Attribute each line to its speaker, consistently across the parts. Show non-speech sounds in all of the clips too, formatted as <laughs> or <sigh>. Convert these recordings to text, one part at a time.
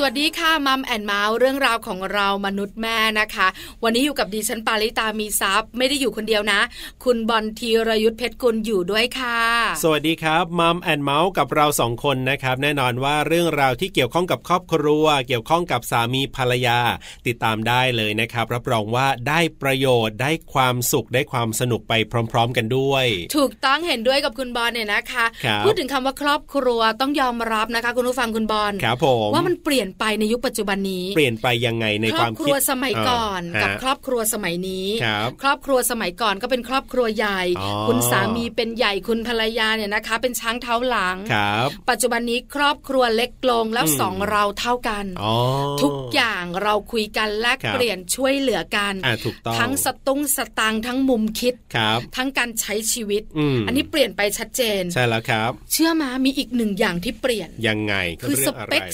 Speaker 1: สวัสดีค่ะมัมแอนเมาส์เรื่องราวของเรามนุษย์แม่นะคะ วันนี้อยู่กับดิฉันปาริตามีซัพย์ไม่ได้อยู่คนเดียวนะ คุณบอลธีรยุทธเพชรกุลอยู่ด้วยค่ะ
Speaker 2: สวัสดีครับมัมแอนเมาส์กับเราสองคนนะครับ แน่นอนว่าเรื่องราวที่เกี่ยวข้องกับครอบครัว เกี่ยวข้องกับสามีภรรยา ติดตามได้เลยนะครับ รับรองว่าได้ประโยชน์ได้ความสุขได้ความสนุกไปพร้อม ๆ กันด้วย
Speaker 1: ถูกต้องเห็นด้วยกับคุณบอลเนี่ยนะคะ
Speaker 2: ครับ
Speaker 1: พูดถึงคำว่าครอบครัวต้องยอมรับนะคะ คุณผู้ฟังคุณบอล
Speaker 2: ครับผม
Speaker 1: ว่ามันเปลี่ยนไปในยุคปัจจุบันนี้
Speaker 2: เปลี่ยนไปยังไงใน
Speaker 1: คร
Speaker 2: ค
Speaker 1: อ
Speaker 2: วา
Speaker 1: บ
Speaker 2: ม
Speaker 1: ค
Speaker 2: คิ
Speaker 1: รั
Speaker 2: ด
Speaker 1: วสมัยก่อน
Speaker 2: ฮะ
Speaker 1: กับครอบครัวสมัยนี้
Speaker 2: ครับ
Speaker 1: ครอบครัวสมัยก่อนก็เป็นครอบครัวใหญ่
Speaker 2: อ๋อ
Speaker 1: คุณสามีเป็นใหญ่คุณภรรยาเนี่ยนะคะ เป็นช้างเท้าหลัง
Speaker 2: ครับ
Speaker 1: ปัจจุบันนี้ครอบครัวเล็กลงแล้ว
Speaker 2: อืม
Speaker 1: สองเราเท่ากัน
Speaker 2: อ๋อ
Speaker 1: ทุกอย่างเราคุยกันแลก
Speaker 2: ครับ
Speaker 1: เปลี่ยนช่วยเหลือกัน
Speaker 2: อ่ะถูกต้อง
Speaker 1: ทั้งสตุ้งสตางค์ทั้งมุมคิด
Speaker 2: ครับ
Speaker 1: ทั้งการใช้ชีวิต
Speaker 2: อืม
Speaker 1: อันนี้เปลี่ยนไปชัดเจน
Speaker 2: ใช่แล้วครับ
Speaker 1: เชื่อมามีอีกหนึ่งอย่างที่เปลี่ยน
Speaker 2: ยังไง
Speaker 1: คือส
Speaker 2: รื่องะไร
Speaker 1: เปค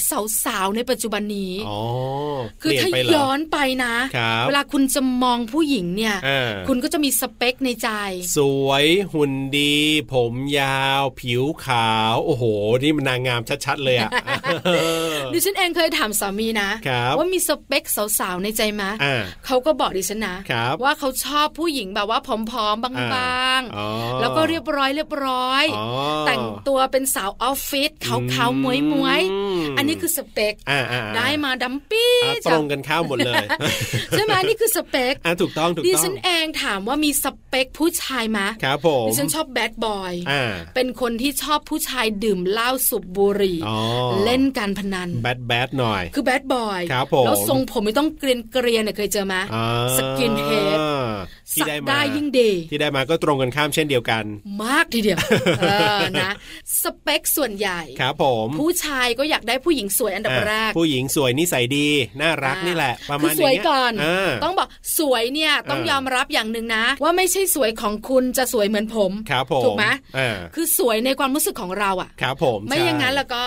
Speaker 1: สาวๆในปัจจุบันนี้
Speaker 2: อ๋อ
Speaker 1: คือ
Speaker 2: เปลี่ยน
Speaker 1: ถ้า
Speaker 2: ไปเหร
Speaker 1: ย้อนไปนะ
Speaker 2: ครับ
Speaker 1: เวลาคุณจะมองผู้หญิงเนี่ย
Speaker 2: อ่า
Speaker 1: คุณก็จะมีสเปคในใจ
Speaker 2: สวยหุ่นดี ผมยาว ผิวขาว โอ้โห นี่มันนางงามชัด
Speaker 1: <laughs>
Speaker 2: ๆเลยอะ
Speaker 1: ดิฉันเองเคยถามสามีนะครับ ว่ามีสเปคสาวๆในใจไหมะ
Speaker 2: อ่า
Speaker 1: เขาก็บอกดิฉันนะครับ ว่าเขาชอบผู้หญิงแบบว่าผอมๆบ
Speaker 2: อ่า
Speaker 1: าง
Speaker 2: อ๋อ
Speaker 1: ๆ แล้วก็เรียบร้อยเรียบร้อย
Speaker 2: อ๋อ
Speaker 1: แต่งตัวเป็นสาวออฟฟิศขาวๆมวยมวยๆ
Speaker 2: อืม
Speaker 1: อันนี้คือสเปค
Speaker 2: อ่าอ่า
Speaker 1: ได้มาดัมปี้
Speaker 2: อ่าต
Speaker 1: จ้ะ
Speaker 2: รงกันข้ามหมด
Speaker 1: <laughs>
Speaker 2: เลย
Speaker 1: ใช่ไหมอันนี่คือสเปค
Speaker 2: อ่าถูกต้องถูก
Speaker 1: ดิ
Speaker 2: ต้อ
Speaker 1: ฉัน
Speaker 2: ง
Speaker 1: เองถามว่ามีสเปคผู้ชายไหมะ
Speaker 2: ครับผม
Speaker 1: ดิฉันชอบแบดบอย
Speaker 2: อ่า
Speaker 1: เป็นคนที่ชอบผู้ชายดื่มเหล้าสูบบุหรี่
Speaker 2: อ๋อ
Speaker 1: เล่นการพนัน
Speaker 2: แบดแบดหน่อย
Speaker 1: คือแบดบอย
Speaker 2: ครับผม
Speaker 1: แล้วทรงผมไม่ต้องเกรียนเกรียนๆเนี่ยเคยเจอไหมะ
Speaker 2: อ่า
Speaker 1: สกินเฮด
Speaker 2: ที่
Speaker 1: สัก
Speaker 2: ได้มา
Speaker 1: ได้ยิ่งดี
Speaker 2: ที่ได้มาก็ตรงกันข้ามเช่นเดียวกัน
Speaker 1: มากทีเดียว เออนะสเปคส่วนใหญ่
Speaker 2: ครับผม
Speaker 1: ผู้ชายก็อยากได้ผู้หญิงสวยอันดับ
Speaker 2: อ่ะ
Speaker 1: แรก
Speaker 2: ผู้หญิงสวยนิสัยดี น่ารักนี่แหละ ประมาณ
Speaker 1: คือส
Speaker 2: อย่าง
Speaker 1: วย
Speaker 2: เงี้ย
Speaker 1: ก่อน
Speaker 2: อ่า
Speaker 1: ต้องบอกสวยเนี่ยต้อง
Speaker 2: อ่าย ย
Speaker 1: อมรับอย่างหนึ่งนะ ว่าไม่ใช่สวยของคุณจะสวยเหมือนผม
Speaker 2: ครับผม
Speaker 1: ถูกไหม
Speaker 2: อ่า
Speaker 1: คือสวยในความรู้สึกของเราอะ
Speaker 2: ครับผม
Speaker 1: ไม่
Speaker 2: ใช่
Speaker 1: อย่างนั้นแล้วก็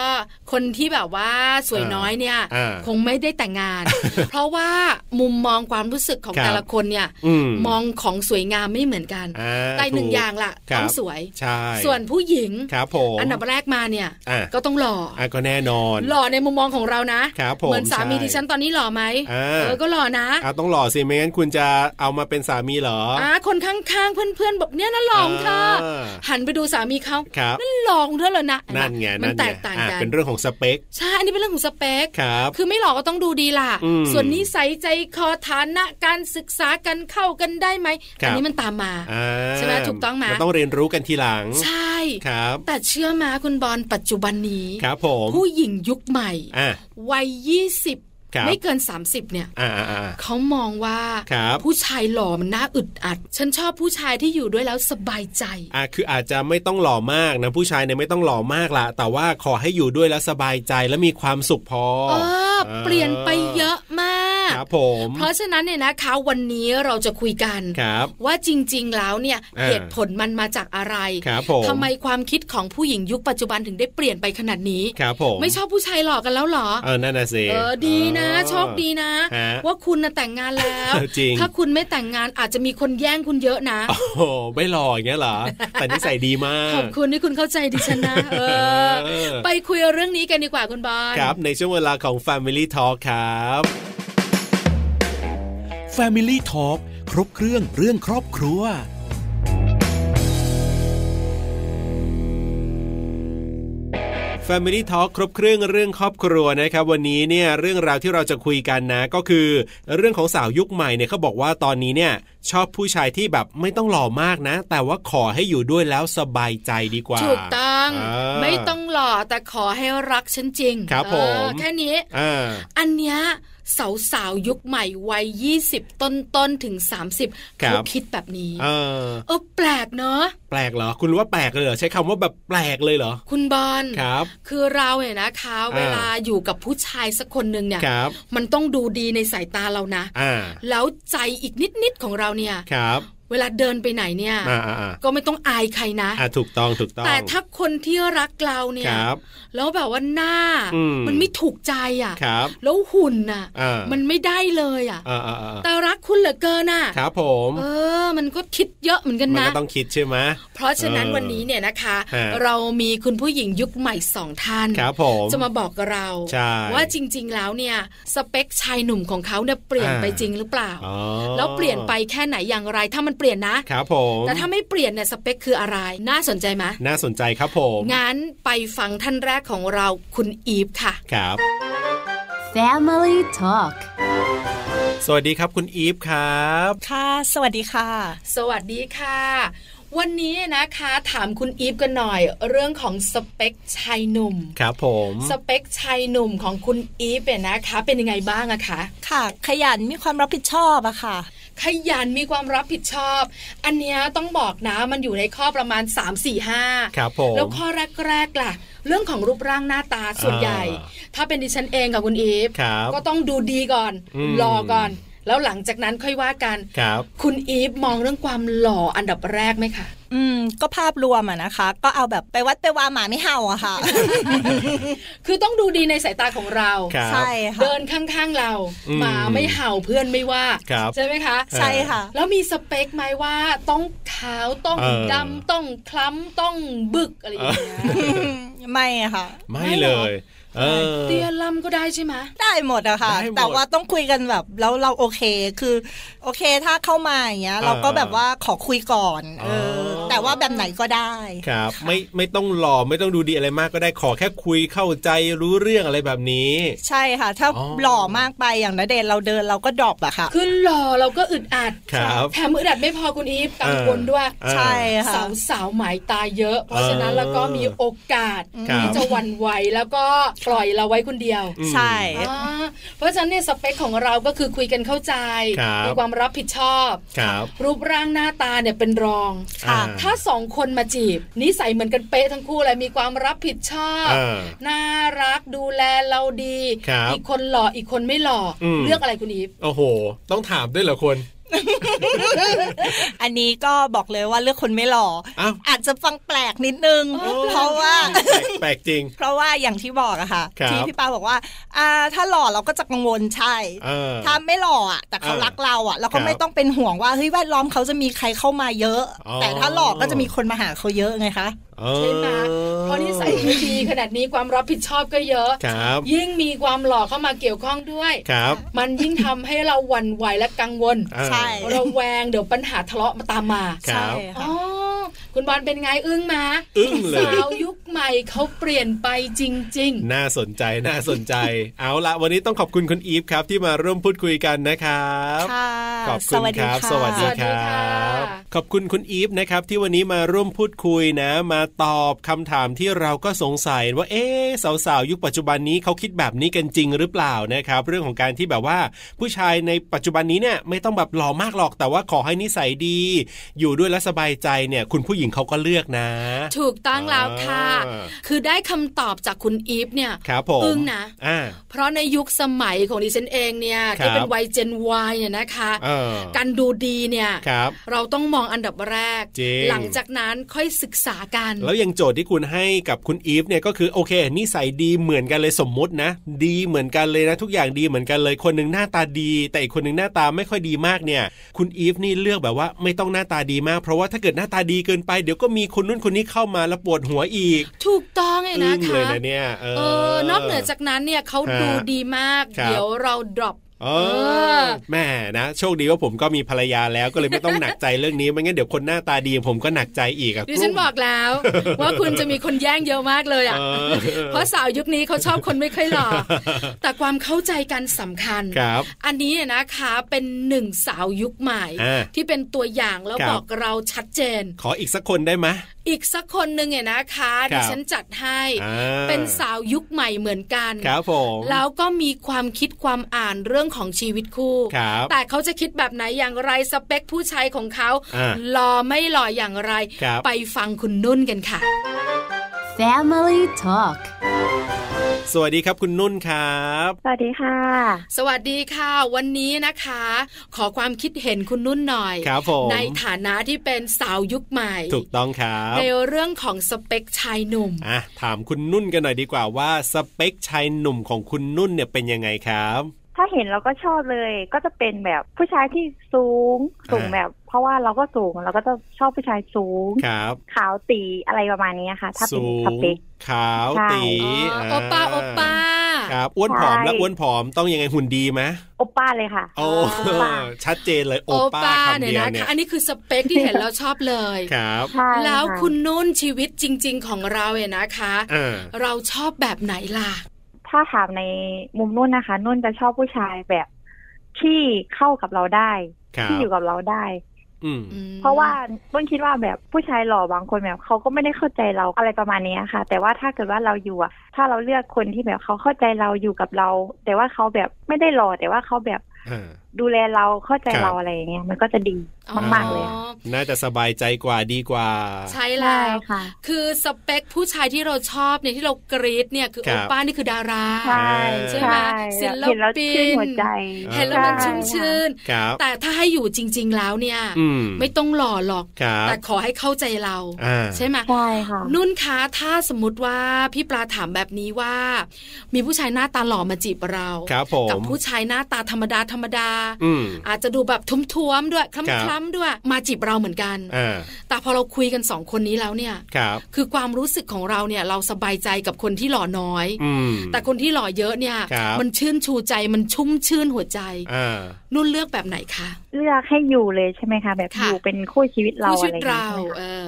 Speaker 1: คนที่แบบว่าสวย
Speaker 2: อ่า
Speaker 1: น้อยเนี่ย
Speaker 2: อ่า
Speaker 1: คงไม่ได้แต่ง
Speaker 2: <laughs>
Speaker 1: งาน เพราะว่ามุมมองความรู้สึกของ
Speaker 2: ครับ
Speaker 1: แต่ละคนเนี่ย
Speaker 2: อืม
Speaker 1: มองของสวยงามไม่เหมือนกัน
Speaker 2: อ่า
Speaker 1: แต่หนึ่ง
Speaker 2: ถูก
Speaker 1: อย่างล่ะ
Speaker 2: ค
Speaker 1: ต้
Speaker 2: รับ
Speaker 1: องสวย
Speaker 2: ใช่
Speaker 1: ส่วนผู้หญิง
Speaker 2: ครับผม
Speaker 1: อันดับแรกมาเนี่ย
Speaker 2: อ่ะ
Speaker 1: ก็ต้องหล่ออ
Speaker 2: อ่ะก็แน่นอน
Speaker 1: หล่อในมุมมองของเรานะครับ
Speaker 2: ผม
Speaker 1: เหมือนสามี
Speaker 2: ใช่
Speaker 1: ดิฉันตอนนี้หล่อไหม
Speaker 2: อ่า
Speaker 1: เออก็หล่อนะ
Speaker 2: อ่ะต้องหล่อสิไม่งั้นคุณจะเอามาเป็นสามีเหรอ
Speaker 1: อ่าคนข้างๆเพื่อนๆบอกเนี่ยนะหล่อของเธออา หันไปดูสามีเขา
Speaker 2: ครับ
Speaker 1: นั่นหล่อของเธอเลยนะ
Speaker 2: นั่นไง
Speaker 1: มั
Speaker 2: นั่น
Speaker 1: แต
Speaker 2: ไง
Speaker 1: กต่าง
Speaker 2: อ่ะ
Speaker 1: กัน
Speaker 2: เป็นเรื่องของสเปค
Speaker 1: ใช่อันนี้เป็นเรื่องของสเปค
Speaker 2: ครับ
Speaker 1: คือไม่หล่อก็ต้องดูดีล่ะ
Speaker 2: อืม
Speaker 1: ส่วนนิสัยใจคอฐานะการศึกษากันเข้ากันได้ไหม
Speaker 2: ครั
Speaker 1: อั
Speaker 2: บ
Speaker 1: นี้มันตามมา
Speaker 2: อ่า
Speaker 1: ใช่ไหมถูกต้องไหม
Speaker 2: นต้องเรียนรู้กันทีหลัง
Speaker 1: ใช่
Speaker 2: ครับ
Speaker 1: แต่เชื่อมาคุณบอลปัจจุบันนี้
Speaker 2: ครับผม
Speaker 1: ผู้หญิงยุคใหม่
Speaker 2: อ่ะ
Speaker 1: วัยยี่สิบ
Speaker 2: ครับ
Speaker 1: ไม่เกิน 30 เนี่ย
Speaker 2: อ่าอ่าอ่า
Speaker 1: เขามองว่า
Speaker 2: ครับ
Speaker 1: ผู้ชายหล่อมันน่าอึดอัด ฉันชอบผู้ชายที่อยู่ด้วยแล้วสบายใจ
Speaker 2: อ่ะคืออาจจะไม่ต้องหล่อมากนะผู้ชายเนี่ยไม่ต้องหล่อมากละแต่ว่าขอให้อยู่ด้วยแล้วสบายใจและมีความสุขพอ
Speaker 1: เออ เปลี่ยนไปเยอะมาก
Speaker 2: ครับผม
Speaker 1: เพราะฉะนั้นเนี่ยนะคะวันนี้เราจะคุยกัน
Speaker 2: ครับ
Speaker 1: ว่าจริงๆแล้วเนี่ย
Speaker 2: เออ
Speaker 1: เหตุผลมันมาจากอะไร
Speaker 2: ครับผม
Speaker 1: ทำไมความคิดของผู้หญิงยุคปัจจุบันถึงได้เปลี่ยนไปขนาดนี้
Speaker 2: ครับผม
Speaker 1: ไม่ชอบผู้ชายหล่อกันแล้วเหรอ
Speaker 2: เออนั่นน่ะสิ
Speaker 1: เออดีนะโชคดีนะ
Speaker 2: ฮะ
Speaker 1: ว่าคุณนะแต่งงานแล้ว
Speaker 2: จริง
Speaker 1: ถ้าคุณไม่แต่งงานอาจจะมีคนแย่งคุณเยอะนะ
Speaker 2: โอ้โหไม่หล่ออย่างเงี้ยเหรอ แต่นิสัยดีมาก
Speaker 1: ขอบคุณที่คุณเข้าใจดิฉันนะ เออ
Speaker 2: เออ
Speaker 1: ไปคุยเรื่องนี้กันดีกว่าคุณบอล
Speaker 2: ครับ ในช่วงเวลาของ Family Talk ครับ
Speaker 3: Family Talk ครบเครื่องเรื่องครอบครัว
Speaker 2: Family Talk ครบเครื่องเรื่องครอบครัวนะครับ วันนี้เนี่ยเรื่องราวที่เราจะคุยกันนะ ก็คือ เรื่องของสาวยุคใหม่เนี่ยเขาบอกว่าตอนนี้เนี่ย ชอบผู้ชายที่แบบไม่ต้องหล่อมากนะ แต่ว่าขอให้อยู่ด้วยแล้วสบายใจดีกว่า
Speaker 1: ถูกต้อง
Speaker 2: า
Speaker 1: ไม่ต้องหล่อแต่ขอให้รักฉันจริง
Speaker 2: ครับ
Speaker 1: เออ
Speaker 2: ผม
Speaker 1: แค่นี้
Speaker 2: อ่า
Speaker 1: อันเนี้ยสาวสาวๆยุคใหม่วัย 20 ต้นต้นๆถึง 30เขาคิดแบบนี้
Speaker 2: เออ
Speaker 1: เออแปลกเนอะ
Speaker 2: แปลกเหรอ คุณรู้ว่าแปลกเลยเหรอใช้คำว่าแบบแปลกเลยเหรอ
Speaker 1: คุณบอล
Speaker 2: ครับ
Speaker 1: คือเราเนี่ยนะคะ เวลาอยู่กับผู้ชายสักคนหนึ่งเนี่ย
Speaker 2: ครับ
Speaker 1: มันต้องดูดีในสายตาเรานะ
Speaker 2: อ่า
Speaker 1: แล้วใจอีกนิด ๆ ของเราเนี่ย
Speaker 2: ครับ
Speaker 1: เวลาเดินไปไหนเนี่ย
Speaker 2: อ่าอ่าอ่า
Speaker 1: ก็ไม่ต้องอายใครนะ
Speaker 2: อ่าถูกต้องถูกต้อง
Speaker 1: แต่ถ้าคนที่รักเราเนี่
Speaker 2: ค
Speaker 1: ย
Speaker 2: รับ
Speaker 1: แล้วแบบว่าหน้า
Speaker 2: อืม
Speaker 1: นไม่ถูกใจอ่ะ
Speaker 2: ครับ
Speaker 1: แล้วหุ่นอ่ะ
Speaker 2: อ่า
Speaker 1: มันไม่ได้เลยอ่ะ
Speaker 2: อ่าอ่าอ่า
Speaker 1: แต่รักคุณเหลือเกินอ่ะ
Speaker 2: ครับผม
Speaker 1: เออ มันก็คิดเยอะเหมือนกัน
Speaker 2: มัน
Speaker 1: นะ
Speaker 2: ก็ต้องคิดใช่ไหม
Speaker 1: เพราะฉะนั้น
Speaker 2: เออ
Speaker 1: วันนี้เนี่ยนะคะ
Speaker 2: ฮะ
Speaker 1: เรามีคุณผู้หญิงยุคใหม่สองท่าน
Speaker 2: ครับผม
Speaker 1: จะมาบอกกับเรา
Speaker 2: ใช่
Speaker 1: ว่าจริง ๆ แล้วเนี่ย สเปคชายหนุ่มของเขาเนี่ยเปลี่ยนไปจริงหรือเปล่า
Speaker 2: อ๋อ
Speaker 1: แล้วเปลี่ยนไปแค่ไหนอย่างไร ถ้ามันเปลี่ยนนะ
Speaker 2: ครับผม
Speaker 1: แต่ถ้าไม่เปลี่ยนเนี่ยสเปคคืออะไร น่าสนใจไหม
Speaker 2: น่าสนใจครับผม
Speaker 1: งั้นไปฟังท่านแรกของเราคุณอีฟค่ะ
Speaker 2: ครับ
Speaker 4: Family Talk
Speaker 2: สวัสดีครับคุณอีฟครับ
Speaker 5: ค่ะ สวัสดีค่ะ
Speaker 1: สวัสดีค่ะ วันนี้นะคะถามคุณอีฟกันหน่อย เรื่องของสเปคชายหนุ่ม
Speaker 2: ครับผม
Speaker 1: สเปคชายหนุ่มของคุณอีฟเนี่ยนะคะ เป็นยังไงบ้างอะคะ
Speaker 5: ค่ะ ขยันมีความรับผิดชอบอะค่ะ
Speaker 1: ขยันมีความรับผิดชอบ อันเนี้ยต้องบอกนะมันอยู่ในข้อประมาณ 3 4 5
Speaker 2: ครับผม
Speaker 1: แล้วข้อแรกๆล่ะ เรื่องของรูปร่างหน้าตาส่วนใหญ่
Speaker 2: อ่า
Speaker 1: ถ้าเป็นดิฉันเองกับคุณอีฟ
Speaker 2: ครับ
Speaker 1: ก็ต้องดูดีก่อน
Speaker 2: อืม
Speaker 1: หล่อก่อน แล้วหลังจากนั้นค่อยว่ากัน
Speaker 2: ครับ
Speaker 1: คุณอีฟมองเรื่องความหล่ออันดับแรกไหมคะ
Speaker 5: อืม ก็ภาพรวมอะนะคะ ก็เอาแบบไปวัดไปวาหมาไม่เห่าอะค่ะ
Speaker 1: คือต้องดูดีในสายตาของเรา
Speaker 2: ครับ
Speaker 5: ใช่ค่ะ
Speaker 1: เดินข้างๆเรา
Speaker 2: อืม
Speaker 1: หมาไม่เห่าเพื่อนไม่ว่า
Speaker 2: ครับ
Speaker 1: ใช่ไหมคะ
Speaker 5: ใช่ค่ะ
Speaker 1: แล้วมีสเปคไหมว่าต้องขาวต้อง
Speaker 2: เออ
Speaker 1: ดำต้องคล้ำต้องบึกอะไรอย่างเงี้ย
Speaker 5: ไม่อะค่ะ
Speaker 2: ไม่
Speaker 1: ไม่เหร
Speaker 2: เล
Speaker 1: อ
Speaker 2: ย เออ
Speaker 1: เตี้ยล่ำก็ได้ใช่ไหม
Speaker 5: ได้หมดอะค่ะ
Speaker 2: ได้หมด
Speaker 5: แต่ว่าต้องคุยกันแบบแล้วเราโอเค คือ โอเคถ้าเข้ามาอย่างเงี้ย
Speaker 2: อ่า
Speaker 5: เราก็แบบว่าขอคุยก่อน
Speaker 2: อ๋อ
Speaker 5: เออ แต่ว่าแบบไหนก็ได้
Speaker 2: ครับไม่ไม่ต้องหล่อไม่ต้องดูดีอะไรมากก็ได้ขอแค่คุยเข้าใจรู้เรื่องอะไรแบบนี้
Speaker 5: ใช่ค่ะ ถ้า
Speaker 2: อ๋อ
Speaker 5: หล่อมากไปอย่างนเดชน์เราเดินเราก็ดรอปอะค่ะ
Speaker 1: คือหล่อเราก็อึดอัด
Speaker 2: ครับ
Speaker 1: แถมอึดอัดไม่พอคุณอีฟกังวลด้วย
Speaker 2: เออ
Speaker 5: ใช่ค่ะ
Speaker 1: สาวสาวๆหมายตาเยอะ เพราะฉะนั้น
Speaker 2: เออ
Speaker 1: แล้วก็มีโอกาส
Speaker 2: ครับ
Speaker 1: ที่จะหวันไหวแล้วก็ปล่อยเราไว้คนเดียว
Speaker 2: อืม
Speaker 5: ใช่
Speaker 1: อ่าเพราะฉะนั้นเนี่ยสเปคของเราก็คือคุยกันเข้าใจ
Speaker 2: ครับ
Speaker 1: มีความรับผิดชอบ
Speaker 2: ครับ
Speaker 1: รูปร่างหน้าตาเนี่ยเป็นรอง
Speaker 5: ค่ะ
Speaker 2: อ่า
Speaker 1: ถ้าสองคนมาจีบ นิสัยเหมือนกันเป๊ะทั้งคู่เลยมีความรับผิดชอบ
Speaker 2: เออ
Speaker 1: น่ารักดูแลเราดี
Speaker 2: ครับ
Speaker 1: อีกคนหล่ออีกคนไม่หล่ออ
Speaker 2: ม
Speaker 1: เลือกอะไรคุณอีฟ
Speaker 2: โอ้โห ต้องถามด้วยเหรอคน
Speaker 5: อันนี้ก็บอกเลยว่าเลือกคนไม่หล่อ
Speaker 2: อ้าว
Speaker 5: อาจจะฟังแปลกนิดนึง เพราะว่า
Speaker 2: แปลกแปลกจริง
Speaker 5: เพราะว่าอย่างที่บอกอะค่ะ
Speaker 2: ครับ
Speaker 5: ที่พี่ปาบอกว่าอ่า ถ้าหล่อเราก็จะกังวลใช่
Speaker 2: เออ
Speaker 5: ถ้าไม่หล่ออะแต่เขา
Speaker 2: เออ
Speaker 5: รักเราอะเรา
Speaker 2: ครั
Speaker 5: ก็
Speaker 2: บ
Speaker 5: ไม่ต้องเป็นห่วงว่าเฮ้ยแวดล้อมเขาจะมีใครเข้ามาเยอะ
Speaker 2: อ๋อ
Speaker 5: แต่ถ้าหล่อก็จะมีคนมาหาเขาเยอะไงคะ
Speaker 2: เออ
Speaker 1: ใช่ไหมเพราะนิสัยไม่ดีขนาดนี้ความรับผิดชอบก็เยอะ
Speaker 2: ครับ
Speaker 1: ยิ่งมีความหล่อเข้ามาเกี่ยวข้องด้วย
Speaker 2: ครับ
Speaker 1: มันยิ่งทำให้เราหวั่นไหวและกังวล
Speaker 2: อ่า
Speaker 5: ใช่
Speaker 1: ระแวงเดี๋ยวปัญหาทะเลาะมาตามมา
Speaker 2: ครับ
Speaker 5: ใช่
Speaker 1: อ๋
Speaker 5: ค่ะ
Speaker 1: อคุณบอลเป็นไงอึ้งมา
Speaker 2: อึ้งเลย
Speaker 1: สาวยุคใหม่เขาเปลี่ยนไปจริง ๆ
Speaker 2: น่าสนใจน่าสนใจ เอาละวันนี้ต้องขอบคุณคุณอีฟครับ ที่มาร่วมพูดคุยกันนะครับ
Speaker 5: ค่ะ
Speaker 2: ขอบ
Speaker 5: ส
Speaker 2: คุณ
Speaker 5: วั
Speaker 2: ค
Speaker 5: สดี
Speaker 2: รับ
Speaker 5: ค่ะ
Speaker 2: สวัสดีค
Speaker 1: สวัสดี
Speaker 2: รั
Speaker 1: ค่ะ
Speaker 2: บ ขอบคุณคุณอีฟนะครับที่วันนี้มาร่วมพูดคุยนะ มาตอบคำถามที่เราก็สงสัยว่าเอ๊ะสาวๆยุคปัจจุบันนี้เขาคิดแบบนี้กันจริงหรือเปล่านะครับ เรื่องของการที่แบบว่า ผู้ชายในปัจจุบันนี้เนี่ยไม่ต้องแบบหล่อมากหรอกแต่ว่าขอให้นิสัยดี อยู่ด้วยและสบายใจเนี่ย คุณผู้หญิงเขาก็เลือกนะ
Speaker 1: <laughs> ถูกต้องแล้วค่ะ
Speaker 2: อ่า
Speaker 1: คือได้คำตอบจากคุณอีฟเนี่ย
Speaker 2: ครับผม
Speaker 1: อึ้งนะ
Speaker 2: อ่า
Speaker 1: เพราะในยุคสมัยของดิฉันเองเนี่ย
Speaker 2: ครับ
Speaker 1: ที่เป็นวัยเจนวายเนี่ยนะคะ
Speaker 2: เออ
Speaker 1: การดูดีเนี่ย
Speaker 2: ครับ
Speaker 1: เราต้องมองอันดับแรก
Speaker 2: จริง
Speaker 1: หลังจากนั้นค่อยศึกษากัน
Speaker 2: แล้วอยังโจทย์ที่คุณให้กับคุณอีฟเนี่ยก็คือโอเคนิสัยดีเหมือนกันเลยสมมตินะ ดีเหมือนกันเลยนะ ทุกอย่างดีเหมือนกันเลย คนหนึ่งหน้าตาดี แต่อีกคนหนึ่งหน้าตาไม่ค่อยดีมากเนี่ย คุณอีฟนี่เลือกแบบว่าไม่ต้องหน้าตาดีมาก เพราะว่าถ้าเกิดหน้าตาดีเกินไปเดี๋ยวก็มีคนนู้นคนนี้เข้ามาแล้วปวดหัวอีก
Speaker 1: ถูกต้องเลยนะ
Speaker 2: อึ้งเล
Speaker 1: คะ
Speaker 2: ยนะเนี่ยเออ
Speaker 1: เออนอกเหนือจากนั้นเนี่ยเขา
Speaker 2: ฮะ
Speaker 1: ดูดีมาก
Speaker 2: ครับ
Speaker 1: เดี๋ยวเราดรอป
Speaker 2: เอ
Speaker 1: เอ
Speaker 2: อ
Speaker 1: อ
Speaker 2: แหม่นะ โชคดีว่าผมก็มีภรรยาแล้วก็เลยไม่ต้องหนักใจเรื่องนี้ไม่งั้นเดี๋ยวคนหน้าตาดีอย่างผมก็หนักใจอีกอะ
Speaker 1: ดิฉัน
Speaker 2: ก
Speaker 1: บ
Speaker 2: ลุ้ม
Speaker 1: อกแล้ว
Speaker 2: <laughs>
Speaker 1: ว่าคุณจะมีคนแย่งเยอะมากเลยอ่ะ
Speaker 2: เออ
Speaker 1: เพราะสาวยุคนี้เขาชอบคนไม่ค่อยหล่อแต่ความเข้าใจกันสำคัญ
Speaker 2: ครับ
Speaker 1: อันนี้เนี่ยนะคะเป็นหนึ่งสาวยุคใหม่
Speaker 2: อ่า
Speaker 1: ที่เป็นตัวอย่างแล้ว
Speaker 2: ครับ
Speaker 1: บอกเราชัดเจน
Speaker 2: ขออีกสักคนได้ไหม
Speaker 1: อีกสักคนหนึ่งเนี่ยนะคะ
Speaker 2: ครับ
Speaker 1: ดิฉันจัดให้
Speaker 2: อ่า
Speaker 1: เป็นสาวยุคใหม่เหมือนกัน
Speaker 2: ครับผม
Speaker 1: แล้วก็มีความคิดความอ่านเรื่องของชีวิตคู่
Speaker 2: ครับ
Speaker 1: แต่เขาจะคิดแบบไหนอย่างไรสเปคผู้ชายของเขา
Speaker 2: อ่า
Speaker 1: หล่อไม่หล่ออย่างไร
Speaker 2: ครับ
Speaker 1: ไปฟังคุณนุ่นกันค่ะ
Speaker 4: Family Talk
Speaker 2: สวัสดีครับคุณนุ่นครับ
Speaker 6: สวัสดีค่ะ
Speaker 1: สวัสดีค่ะ วันนี้นะคะ ขอความคิดเห็นคุณนุ่นหน่อย
Speaker 2: ครับผม
Speaker 1: ในฐานะที่เป็นสาวยุคใหม่
Speaker 2: ถูกต้องครับ
Speaker 1: ในเรื่องของสเปคชายหนุ่ม
Speaker 2: อ่ะถามคุณนุ่นกันหน่อยดีกว่าว่าสเปคชายหนุ่มของคุณนุ่นเนี่ยเป็นยังไงครับ
Speaker 6: ถ้าเห็นเราก็ชอบเลย ก็จะเป็นแบบผู้ชายที่สูง สูง
Speaker 2: อ่า
Speaker 6: แบบ เพราะว่าเราก็สูงเราก็จะชอบผู้ชายสูง
Speaker 2: ครับ
Speaker 6: ขาวตีอะไรประมาณนี้ค่ะ ถ้าเป็น
Speaker 2: สู
Speaker 6: ส
Speaker 2: ง
Speaker 6: เปค
Speaker 2: ขาว
Speaker 6: ใช่
Speaker 2: ตี
Speaker 1: อ๋อ
Speaker 2: อ่
Speaker 1: โอป้าโอป้า
Speaker 2: ครับอ้วนผอม
Speaker 6: ใช่
Speaker 2: และอ้วนผอมต้องยังไงหุ่นดีไหม
Speaker 6: โอปป้าเลยค่ะ
Speaker 2: โอ้
Speaker 1: โอป้า
Speaker 2: ชัดเจนเลยโอ
Speaker 1: โอ
Speaker 2: ป้า
Speaker 1: ป้า
Speaker 2: คำ
Speaker 1: เนี่ย
Speaker 2: เดียว
Speaker 1: นะ
Speaker 2: เนี่ย
Speaker 1: คะอันนี้คือสเปคที่เห็นแล้วชอบเลย
Speaker 2: ครับ
Speaker 6: ใช่
Speaker 1: แล้ว
Speaker 6: ะ
Speaker 1: คุณนุ่นชีวิตจริง ๆ ของเราเนี่ยนะคะ
Speaker 2: อ่า
Speaker 1: เราชอบแบบไหนล่ะ
Speaker 6: ถ้าถามในมุมนุ่นนะคะ นุ่นจะชอบผู้ชายแบบที่เข้ากับเราได้
Speaker 2: ครั
Speaker 6: ที่อบ ยู่กับเราได้
Speaker 2: อืม
Speaker 1: อืม
Speaker 6: เพราะว่าต้นคิดว่าแบบผู้ชายหล่อบางคนแบบเขาก็ไม่ได้เข้าใจเราอะไรประมาณเนี้ยค่ะ แต่ว่าถ้าเกิดว่าเราอยู่อะถ้าเราเลือกคนที่แบบเขาเข้าใจเราอยู่กับเรา แต่ว่าเขาแบบไม่ได้หล่อแต่ว่าเขาแบบ
Speaker 2: อ่า
Speaker 6: ดูแลเราเข้าใจ
Speaker 2: ครับ
Speaker 6: เราอะไรอย่างเงี้ยมันก็จะดี มากๆเลย
Speaker 1: อ๋อ
Speaker 2: น่าจะสบายใจกว่าดีกว่า
Speaker 1: ใช่
Speaker 6: ใช่
Speaker 1: แล้ว
Speaker 6: ค่ะ
Speaker 1: คือสเปคผู้ชายที่เราชอบเนี่ยที่เรากรี๊ดเนี่ยคือ
Speaker 2: ครั
Speaker 1: โอบ ป้านี่คือดารา
Speaker 6: ใช่
Speaker 2: ใช่
Speaker 6: ใช่
Speaker 2: ไหม
Speaker 1: ศิลปิน
Speaker 6: เห็นแล้วชื่นหัวใจ
Speaker 1: เห็นแล้วมัน
Speaker 6: ใ
Speaker 1: ชุ่มชื่น
Speaker 2: ครับ
Speaker 1: แต่ถ้าให้อยู่จริง ๆ แล้วเนี่ย
Speaker 2: อืม
Speaker 1: ไม่ต้องหล่อหรอก
Speaker 2: ครับ
Speaker 1: แต่ขอให้เข้าใจเรา
Speaker 2: อ่า
Speaker 1: ใช่ไหม
Speaker 6: ใช่ค่ะ
Speaker 1: นุ่นคะถ้าสมมติว่าพี่ปลาถามแบบนี้ว่า มีผู้ชายหน้าตาหล่อมาจีบเรา
Speaker 2: ครับผม
Speaker 1: กับผู้ชายหน้าตาธรรมดาธรรมดา
Speaker 2: อืม
Speaker 1: อาจจะดูแบบทุ้มๆด้วยค
Speaker 2: ครับ
Speaker 1: ล้ำๆด้วยมาจีบเราเหมือนกัน
Speaker 2: อ่า
Speaker 1: แต่พอเราคุยกันสองคนนี้แล้วเนี่ย
Speaker 2: ครับ
Speaker 1: คือความรู้สึกของเราเนี่ยเราสบายใจกับคนที่หล่อน้อย
Speaker 2: อืม
Speaker 1: แต่คนที่หล่อเยอะเนี่ย
Speaker 2: ครับ
Speaker 1: มันชื่นชูใจมันชุ่มชื่นหัวใจ
Speaker 2: อ่า
Speaker 1: นุ่นเลือกแบบไหนคะ
Speaker 6: เลือกให้อยู่เลยใช่ไหมคะ แบบ
Speaker 1: ค่ะ
Speaker 6: อยู่เป็นคู่ชีวิตเรา
Speaker 1: ผู้
Speaker 6: อะ
Speaker 1: ชีวิ
Speaker 6: ไร
Speaker 1: ต
Speaker 6: อย่าง
Speaker 1: เรา
Speaker 6: เงี้ย
Speaker 1: เอ
Speaker 6: ใช่ไหมคะ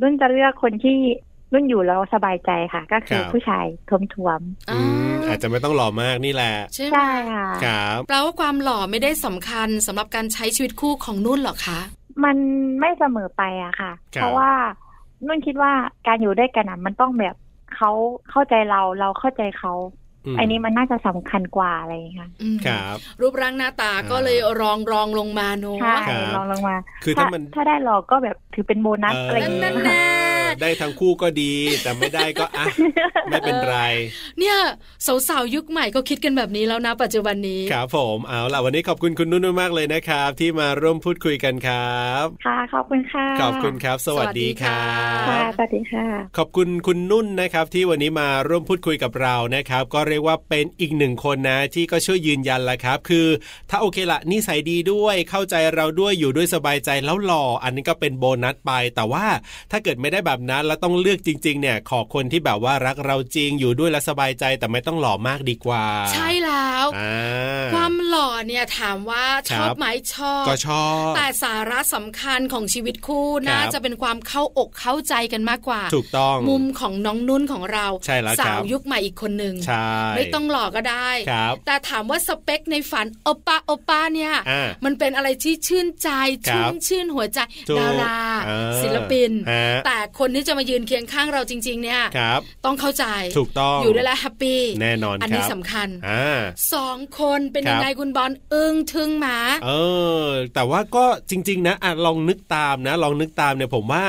Speaker 1: อ
Speaker 6: นุ่นจะเลือกคนที่นุ่นอยู่แล้วสบายใจค่ะ ก็
Speaker 2: ค
Speaker 6: คือ
Speaker 2: รับ
Speaker 6: ผู้ชายทวมๆ
Speaker 1: อ่า
Speaker 2: อืมอาจจะไม่ต้องหล่อมากนี่แหละ
Speaker 1: ใช่ไหม
Speaker 6: ใช่ค่ะ
Speaker 2: ครับ
Speaker 1: แปลว่าความหล่อไม่ได้สำคัญสำหรับการใช้ชีวิตคู่ของนุ่นเหรอคะ
Speaker 6: มันไม่เสมอไปอะค่ะ เพราะว่านุ่นคิดว่าการอยู่ด้วยกันอะมันต้องแบบเขาเข้าใจเราเราเข้าใจเขา
Speaker 2: ม
Speaker 6: อันนี้มันน่าจะสำคัญกว่าอะไรอย่างเงี้ยค่ะ
Speaker 1: อืม
Speaker 2: ครับ
Speaker 1: รูปร่างหน้าตาก็เลยรองรองลงมาเนอะ
Speaker 6: ใช่
Speaker 2: ครับ
Speaker 6: ลองลงมา
Speaker 2: คือ
Speaker 6: ถ้า
Speaker 2: ถ้ามัน
Speaker 6: ถ้าได้หลอกก็แบบถือเป็นโบนัสอะไรอย่าง
Speaker 1: นั่
Speaker 6: เงี้ย
Speaker 1: น
Speaker 6: ค่ะ
Speaker 1: น่ะ
Speaker 2: ได้ทั้งคู่ก็ดี แต่ไม่ได้ก็
Speaker 6: <laughs>
Speaker 2: อ่ะไม่เป็นไร
Speaker 1: เนี่ยสาวๆยุคใหม่ก็คิดกันแบบนี้แล้วนะ ปัจจุบันนี้
Speaker 2: ครับผมเอาล่ะวันนี้ขอบคุณคุณนุ่นมากๆเลยนะครับ ที่มาร่วมพูดคุยกันครับ
Speaker 6: ค่ะขอบคุณค่ะ
Speaker 2: ขอบคุณครับ สวัสดีครั
Speaker 1: สวัสดี
Speaker 6: ค่ะ
Speaker 1: ค่ะ
Speaker 2: บ
Speaker 6: สวัสดีค่ะ
Speaker 2: ขอบคุณคุณนุ่นนะครับที่วันนี้มาร่วมพูดคุยกับเรานะครับ ก็เรียกว่าเป็นอีกหนึ่งคนนะที่ก็ช่วยยืนยันละครับ คือ ถ้าโอเคละนิสัยดีด้วยเข้าใจเราด้วยอยู่ด้วยสบายใจแล้วหล่ออันนี้ก็เป็นโบนัสไป แต่ว่าถ้าเกิดไม่ได้แบบนั้นแล้วต้องเลือกจริง ๆ เนี่ย ขอคนที่แบบว่ารักเราจริงอยู่ด้วยและสบายใจแต่ไม่ต้องหล่อมากดีกว่า
Speaker 1: ใช่แล้ว
Speaker 2: อ่า
Speaker 1: ความหล่อเนี่ยถามว่าชอบ
Speaker 2: ครับ
Speaker 1: ไหมชอบ
Speaker 2: ก็ชอบ
Speaker 1: แต่สาระสำคัญของชีวิตคู่
Speaker 2: ครับ
Speaker 1: น่าจะเป็นความเข้าอกเข้าใจกันมากกว่า
Speaker 2: ถูกต้อง
Speaker 1: มุมของน้องนุ่นของเรา
Speaker 2: ใช่แล้วครับ
Speaker 1: สาวยุคใหม่อีกคนหนึ่ง
Speaker 2: ใช่
Speaker 1: ไม่ต้องหล่อก็ได้
Speaker 2: ครับ
Speaker 1: แต่ถามว่าสเปคในฝันโอปป้าโอปป้าเนี่ย
Speaker 2: อ่ามั
Speaker 1: มันเป็นอะไรที่ชื่นใจ
Speaker 2: ครั
Speaker 1: ชื่
Speaker 2: บ
Speaker 1: นชื่นหัวใจ
Speaker 2: ถูก
Speaker 1: ดารา
Speaker 2: เออ
Speaker 1: ศิลปิน
Speaker 2: ฮะ
Speaker 1: แต่คนที่จะมายืนเคียงข้างเราจริง ๆ เนี่ย
Speaker 2: ครับ
Speaker 1: ต้องเข้าใจ
Speaker 2: ถูกต้อง
Speaker 1: อยู่ด้วยแล้วแฮปปี้
Speaker 2: แน่นอน
Speaker 1: อัน
Speaker 2: ค
Speaker 1: นี้
Speaker 2: รับ
Speaker 1: สำคัญ
Speaker 2: อ่า
Speaker 1: สองคนเป็น
Speaker 2: ครับ
Speaker 1: ยังไงคุณบอลอึ้งทึ่งหมา
Speaker 2: เออ แต่ว่าก็จริง ๆ นะอ่ะลองนึกตามนะ ลองนึกตามเนี่ยผมว่า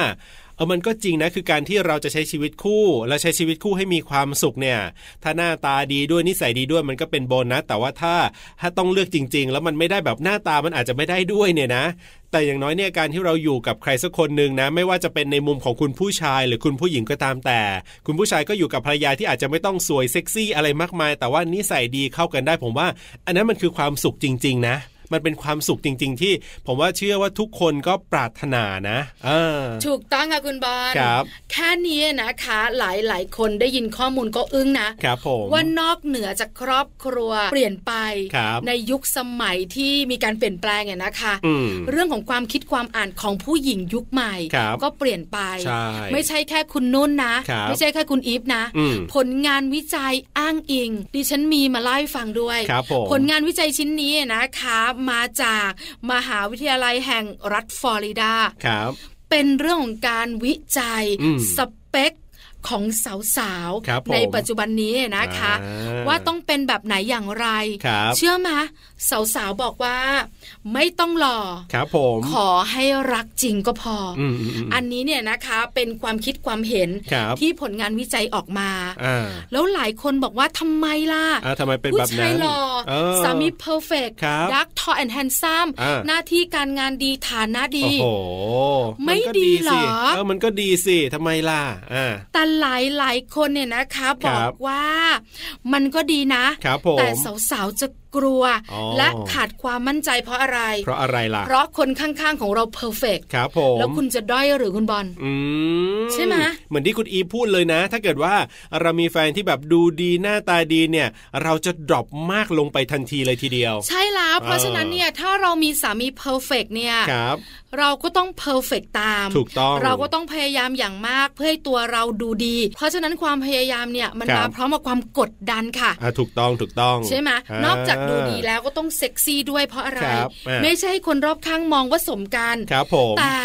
Speaker 2: เออมันก็จริงนะคือการที่เราจะใช้ชีวิตคู่ และใช้ชีวิตคู่ให้มีความสุขเนี่ย ถ้าหน้าตาดีด้วยนิสัยดีด้วยมันก็เป็นโบนัสแต่ว่าถ้าถ้าต้องเลือกจริง ๆ แล้วมันไม่ได้แบบหน้าตามันอาจจะไม่ได้ด้วยเนี่ยนะ แต่อย่างน้อยเนี่ยการที่เราอยู่กับใครสักคนหนึ่งนะ ไม่ว่าจะเป็นในมุมของคุณผู้ชายหรือคุณผู้หญิงก็ตามแต่ คุณผู้ชายก็อยู่กับภรรยาที่อาจจะไม่ต้องสวยเซ็กซี่อะไรมากมาย แต่ว่านิสัยดีเข้ากันได้ ผมว่า อันนั้นมันคือความสุขจริง ๆ นะ มันเป็นความสุขจริง ๆ ที่ ผมว่าเชื่อว่าทุกคนก็ปรารถนานะเออ
Speaker 1: ถูกต้องค่ะคุณบอล
Speaker 2: ครับ
Speaker 1: แค่นี้นะคะหลายๆ คนได้ยินข้อมูลก็อึ้งนะ
Speaker 2: ครับผม
Speaker 1: ว่านอกเหนือจากครอบครัวเปลี่ยนไป
Speaker 2: ครับ
Speaker 1: ในยุคสมัยที่มีการเปลี่ยนแปลงเนี่ยนะคะ
Speaker 2: อืม
Speaker 1: เรื่องของความคิดความอ่านของผู้หญิงยุคใหม่
Speaker 2: ครับ
Speaker 1: ก็เปลี่ยนไป
Speaker 2: ใช่
Speaker 1: ไม่ใช่แค่คุณนุ่นนะ
Speaker 2: ครับ
Speaker 1: ไม่ใช่แค่คุณอีฟนะ
Speaker 2: อืม
Speaker 1: ผลงานวิจัยอ้างอิง ดิฉันมีมาเล่าให้ฟังด้วย
Speaker 2: ครับผม
Speaker 1: ผลงานวิจัยชิ้นนี้นะคะ มาจากมหาวิทยาลัยแห่งรัฐฟลอริดา
Speaker 2: ครับ
Speaker 1: เป็นเรื่องของการวิจัย
Speaker 2: อืม
Speaker 1: สเปค ของสาว
Speaker 2: ครับผม
Speaker 1: ในปัจจุบันนี้นะคะ
Speaker 2: อ่
Speaker 1: ว่าต้องเป็นแบบไหนอย่างไร
Speaker 2: ครับ
Speaker 1: เชื่อมะสาวๆบอกว่า ไม่ต้องหล่อ
Speaker 2: ครับผม
Speaker 1: ขอให้รักจริงก็พออ
Speaker 2: มมม
Speaker 1: อันนี้เนี่ยนะคะเป็นความคิดความเห็น
Speaker 2: ครับ
Speaker 1: ที่ผลงานวิจัยออกมา
Speaker 2: อ่า
Speaker 1: แล้วหลายคนบอกว่าทำไมล่ะ
Speaker 2: อ่าทำไมเป็น
Speaker 1: ผู้
Speaker 2: แบบ
Speaker 1: ชา
Speaker 2: นั้
Speaker 1: ย
Speaker 2: น
Speaker 1: หล่อ
Speaker 2: เออ
Speaker 1: สามีเพอร์เฟกต์
Speaker 2: ครับ
Speaker 1: รักทอแอนแฮนซัม
Speaker 2: อ่า
Speaker 1: หน้าที่การงานดีฐานะดี
Speaker 2: โอ้โห
Speaker 1: ไม่
Speaker 2: นก็
Speaker 1: ดีเหรอ
Speaker 2: สิเออมันก็ดีสิทำไมล่ะอ่า
Speaker 1: แต่หลายหลายคนเนี่ยนะคะ
Speaker 2: ครับ บ
Speaker 1: อกว่า มันก็ดีนะ
Speaker 2: ครับผม
Speaker 1: แต่สาวๆจะกลัว
Speaker 2: อ๋อ
Speaker 1: และขาดความมั่นใจเพราะอะไร
Speaker 2: เพราะอะไรล่ะ
Speaker 1: เพราะคนข้างๆของเราเพอร์เฟกต์
Speaker 2: ครับผม
Speaker 1: แล้วคุณจะด้อยหรือคุณบอล
Speaker 2: อืม
Speaker 1: ใช่ไหม
Speaker 2: เหมือนที่คุณอีพูดเลยนะ ถ้าเกิดว่าเรามีแฟนที่แบบดูดีหน้าตาดีเนี่ย เราจะดรอปมากลงไปทันทีเลยทีเดียว
Speaker 1: ใช่แล้วเพราะ
Speaker 2: เออ
Speaker 1: ฉะนั้นเนี่ยถ้าเรามีสามีเพอร์เฟกเนี่ย
Speaker 2: ครับ
Speaker 1: เราก็ต้องเพอร์เฟกตาม
Speaker 2: ถูกต้อง
Speaker 1: เราก็ต้องพยายามอย่างมากเพื่อให้ตัวเราดูดี เพราะฉะนั้นความพยายามเนี่ยมัน
Speaker 2: ครับ
Speaker 1: มาพร้อมกับความกดดันค่ะ
Speaker 2: อ่ะถูกต้องถูกต้อง
Speaker 1: ใช่ไหม
Speaker 2: าน น
Speaker 1: อกจากดูดีแล้วก็ต้องเซ็กซี่ด้วยเพราะอะไร
Speaker 2: ครับอ่า
Speaker 1: ไม่ใช่ให้คนรอบข้างมองว่าสมกัน
Speaker 2: ครับผม
Speaker 1: แต่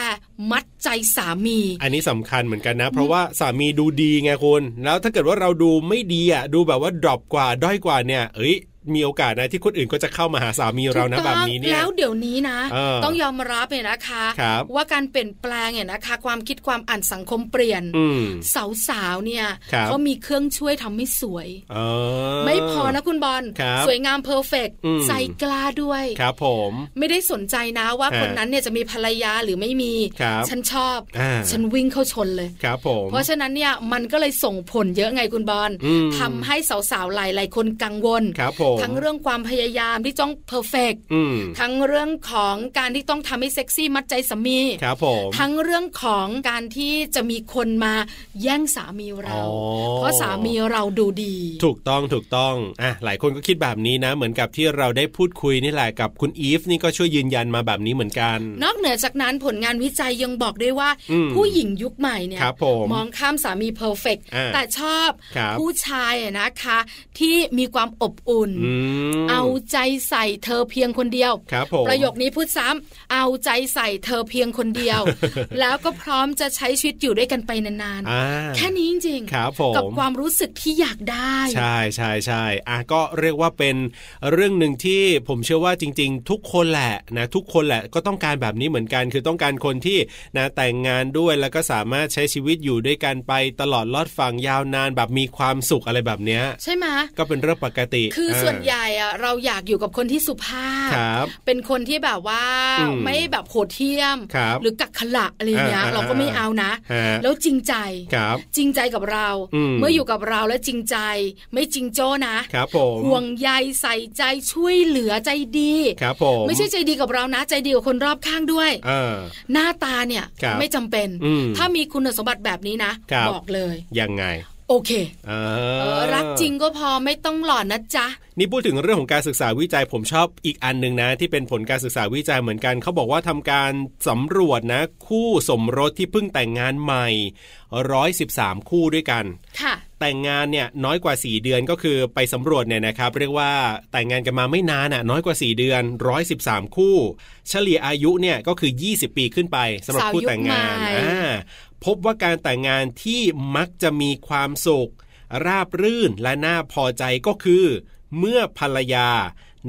Speaker 1: มัดใจสามี
Speaker 2: อันนี้สำคัญเหมือนกันนะ เพราะว่าสามีดูดีไงคุณแล้วถ้าเกิดว่าเราดูไม่ดีอ่ะดูแบบว่าดรอปกว่าด้อยกว่าเนี่ย เอ้ยมีโอกาสนะที่คนอื่นก็จะเข้ามาหาสามีเรานะ
Speaker 1: ถูก
Speaker 2: แบ
Speaker 1: ต้
Speaker 2: บ
Speaker 1: อง
Speaker 2: นี้เนี่ย
Speaker 1: แล้วเดี๋ยวนี้นะ
Speaker 2: เออ
Speaker 1: ต้องยอมรับเนี่ยนะคะ
Speaker 2: ครับ
Speaker 1: ว่าการเปลี่ยนแปลงเนี่ยนะคะ ความคิดความอ่านสังคมเปลี่ยน
Speaker 2: อืม
Speaker 1: สาวสาวๆเนี่ย
Speaker 2: ครับ
Speaker 1: เขามีเครื่องช่วยทำให้สวย
Speaker 2: เออ
Speaker 1: ไม่พอนะคุณบอล
Speaker 2: ครับ
Speaker 1: สวยงามเพอร์เฟก
Speaker 2: อืม
Speaker 1: ใจกล้าด้วย
Speaker 2: ครับผม
Speaker 1: ไม่ได้สนใจนะว่า
Speaker 2: ฮะ
Speaker 1: คนนั้นเนี่ยจะมีภรรยาหรือไม่มี
Speaker 2: ครับ
Speaker 1: ฉันชอบ
Speaker 2: อ่า
Speaker 1: ฉันวิ่งเข้าชนเลย
Speaker 2: ครับผม
Speaker 1: เพราะฉะนั้นเนี่ยมันก็เลยส่งผลเยอะไงคุณบอล
Speaker 2: อืม
Speaker 1: ทำให้สาวๆหลายๆคนกังวล
Speaker 2: ครับผม
Speaker 1: ทั้งเรื่องความพยายามที่จ้องเพอร์เฟก
Speaker 2: อืม
Speaker 1: ทั้งเรื่องของการที่ต้องทำให้เซ็กซี่มัดใจสามี
Speaker 2: ครับผม
Speaker 1: ทั้งเรื่องของการที่จะมีคนมาแย่งสามีเรา
Speaker 2: อ๋อ
Speaker 1: เพราะสามีเราดูดี
Speaker 2: ถูกต้องถูกต้องอ่ะหลายคนก็คิดแบบนี้นะ เหมือนกับที่เราได้พูดคุยนี่แหละกับคุณอีฟนี่ก็ช่วยยืนยันมาแบบนี้เหมือนกัน
Speaker 1: นอกเหนือจากนั้นผลงานวิจัยยังบอกด้วยว่า
Speaker 2: อืม
Speaker 1: ผู้หญิงยุคใหม่เนี่ย
Speaker 2: ครับผม
Speaker 1: องข้ามสามีเพอร์เฟก
Speaker 2: อ่า
Speaker 1: แต่ชอบ
Speaker 2: ครับ
Speaker 1: ผู้ชายอะนะคะ ที่มีความอบอุ่น
Speaker 2: อืม
Speaker 1: เอาใจใส่เธอเพียงคนเดียว
Speaker 2: ครับผม
Speaker 1: ประโยคนี้พูดซ้ำเอาใจใส่เธอเพียงคนเดียว
Speaker 2: <laughs>
Speaker 1: แล้วก็พร้อมจะใช้ชีวิตอยู่ด้วยกันไปนาน
Speaker 2: อ่า
Speaker 1: ๆ แค่นี้จริง
Speaker 2: ครับผม
Speaker 1: กับความรู้สึกที่อยากได้
Speaker 2: ใช่ใช่ใช่อ่ะก็เรียกว่าเป็นเรื่องหนึ่งที่ผมเชื่อว่าจริง ๆ ทุกคนแหละนะทุกคนแหละก็ต้องการแบบนี้เหมือนกัน คือต้องการคนที่นะแต่งงานด้วยแล้วก็สามารถใช้ชีวิตอยู่ด้วยกันไปตลอดลอดฝั่งยาวนานแบบมีความสุขอะไรแบบเนี้ย
Speaker 1: ใช่ไหม
Speaker 2: ก็เป็นเรื่องปกติ
Speaker 1: คืออา ส่วนใหญ่อะเราอยากอยู่กับคนที่สุภาพ
Speaker 2: ครับ
Speaker 1: เป็นคนที่แบบว่า
Speaker 2: อืม
Speaker 1: ไม่แบบโหดเที่ยม
Speaker 2: ครับ
Speaker 1: หรือกักขละอะไรเงี้ย
Speaker 2: อ่า
Speaker 1: เราก็ไม่
Speaker 2: อ่า
Speaker 1: เอานะ
Speaker 2: ฮะ
Speaker 1: แล้วจริงใจ
Speaker 2: ครับ
Speaker 1: จริงใจกับเรา
Speaker 2: อืม
Speaker 1: เมื่ออยู่กับเราแล้วจริงใจ ไม่จริงโจ้นะครับ
Speaker 2: ผม
Speaker 1: ห่วงใยใส่ใจช่วยเหลือใจดี
Speaker 2: ครับผม
Speaker 1: ไม่ใช่ใจดีกับเรานะ ใจดีกับคนรอบข้างด้วย
Speaker 2: เออ
Speaker 1: หน้าตาเนี่ย
Speaker 2: ครับ
Speaker 1: ไม่จำเป็น
Speaker 2: อืม
Speaker 1: ถ้ามีคุณสมบัติแบบนี้นะครับ อกเลย
Speaker 2: ยังไง
Speaker 1: โอเค
Speaker 2: เอ
Speaker 1: เอ
Speaker 2: อ
Speaker 1: อรักจริงก็พอไม่ต้องหล่อนนะจ๊ะ
Speaker 2: นี่พูดถึงเรื่องของการศึกษาวิจัยผมชอบอีกอันหนึ่งนะ ที่เป็นผลการศึกษาวิจัยเหมือนกันเขาบอกว่าทำการสำรวจนะ คู่สมรสที่เพิ่งแต่งงานใหม่ 113 คู่ด้วยกัน
Speaker 1: ค่ะ
Speaker 2: แต่งงานเนี่ยน้อยกว่า 4 เดือนก็คือไปสำรวจเนี่ยนะครับ เรียกว่าแต่งงานกันมาไม่นานน่ะน้อยกว่า 4 เดือน 113 คู่ เฉลี่ยอายุเนี่ยก็คือ 20 ปีขึ้นไปสำหรับคู่แต่งงาน
Speaker 1: สาวยุคใหม่
Speaker 2: อ่าพบว่าการแต่งงานที่มักจะมีความสุข ราบรื่นและน่าพอใจก็คือ เมื่อภรรยา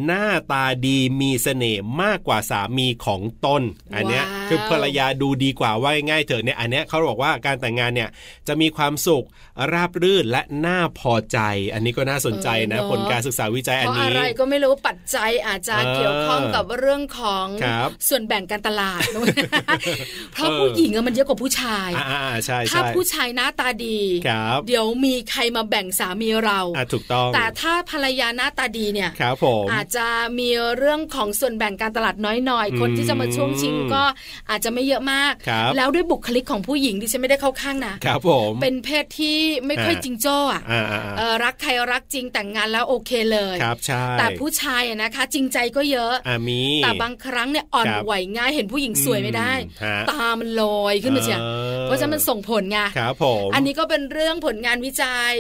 Speaker 2: หน้าตาดีมีเสน่ห์มากกว่าสามีของตนอันเนี้ยคือภรรยา ภรรยาดูดีกว่าว่าง่ายๆเถอะเนี่ยอันเนี้ยเขาบอกว่าการแต่งงานเนี่ยจะมีความสุขราบรื่นและน่าพอใจ อันนี้ก็น่าสนใจนะ
Speaker 1: เออเนอะ
Speaker 2: ผลการศึกษาวิจัย
Speaker 1: เพ
Speaker 2: อัน
Speaker 1: ราะ
Speaker 2: นี้
Speaker 1: อะไรก็ไม่รู้ปัจจัยอาจจะ
Speaker 2: เออ
Speaker 1: เกี่ยวข้องกับเรื่องของ
Speaker 2: ครับ
Speaker 1: ส่วนแบ่งการตลาด
Speaker 2: <laughs>
Speaker 1: เพราะ
Speaker 2: เออ
Speaker 1: ผู้หญิงอะมันเยอะกว่าผู้ชาย
Speaker 2: อ่าๆใช่
Speaker 1: ถ้า
Speaker 2: ใช่
Speaker 1: ผู้ชายหน้าตาดี
Speaker 2: ครับ
Speaker 1: เดี๋ยวมีใครมาแบ่งสามีเรา
Speaker 2: อ่ะถูกต้อง
Speaker 1: แต่ถ้าภรรยาหน้าตาดีเนี่ย
Speaker 2: ครับผม
Speaker 1: อาจจะมีเรื่องของส่วนแบ่งการตลาดน้อย
Speaker 2: อืม
Speaker 1: ๆ คนที่จะมาช่วงชิงก็อาจจะไม่เยอะมาก
Speaker 2: ครับ
Speaker 1: แล้วด้วยบุคลิกของผู้หญิงดิฉันไม่ได้เข้าข้างนะครับ
Speaker 2: ผม
Speaker 1: เป็นเพศที่ไม่ค่อย
Speaker 2: อ่า
Speaker 1: จริงโจ้อะ
Speaker 2: อ่าๆ
Speaker 1: เอ่อรักใครรักจริงแต่งงานแล้วโอเคเลย
Speaker 2: ครับใช่
Speaker 1: แต่ผู้ชายอะนะคะ จริงใจก็เยอะ
Speaker 2: อ่ามี
Speaker 1: แต่บางครั้งเนี่ยอ่อน
Speaker 2: ครับ
Speaker 1: ไหวง่ายเห็นผู้หญิงสวยไม่ได้
Speaker 2: อืมฮะ
Speaker 1: ตามันลอยขึ้นมาเชีย
Speaker 2: ออ
Speaker 1: เพราะฉะนั้นมันส่งผลไง
Speaker 2: ครับผม
Speaker 1: อันนี้ก็เป็นเรื่องผลงานวิจัย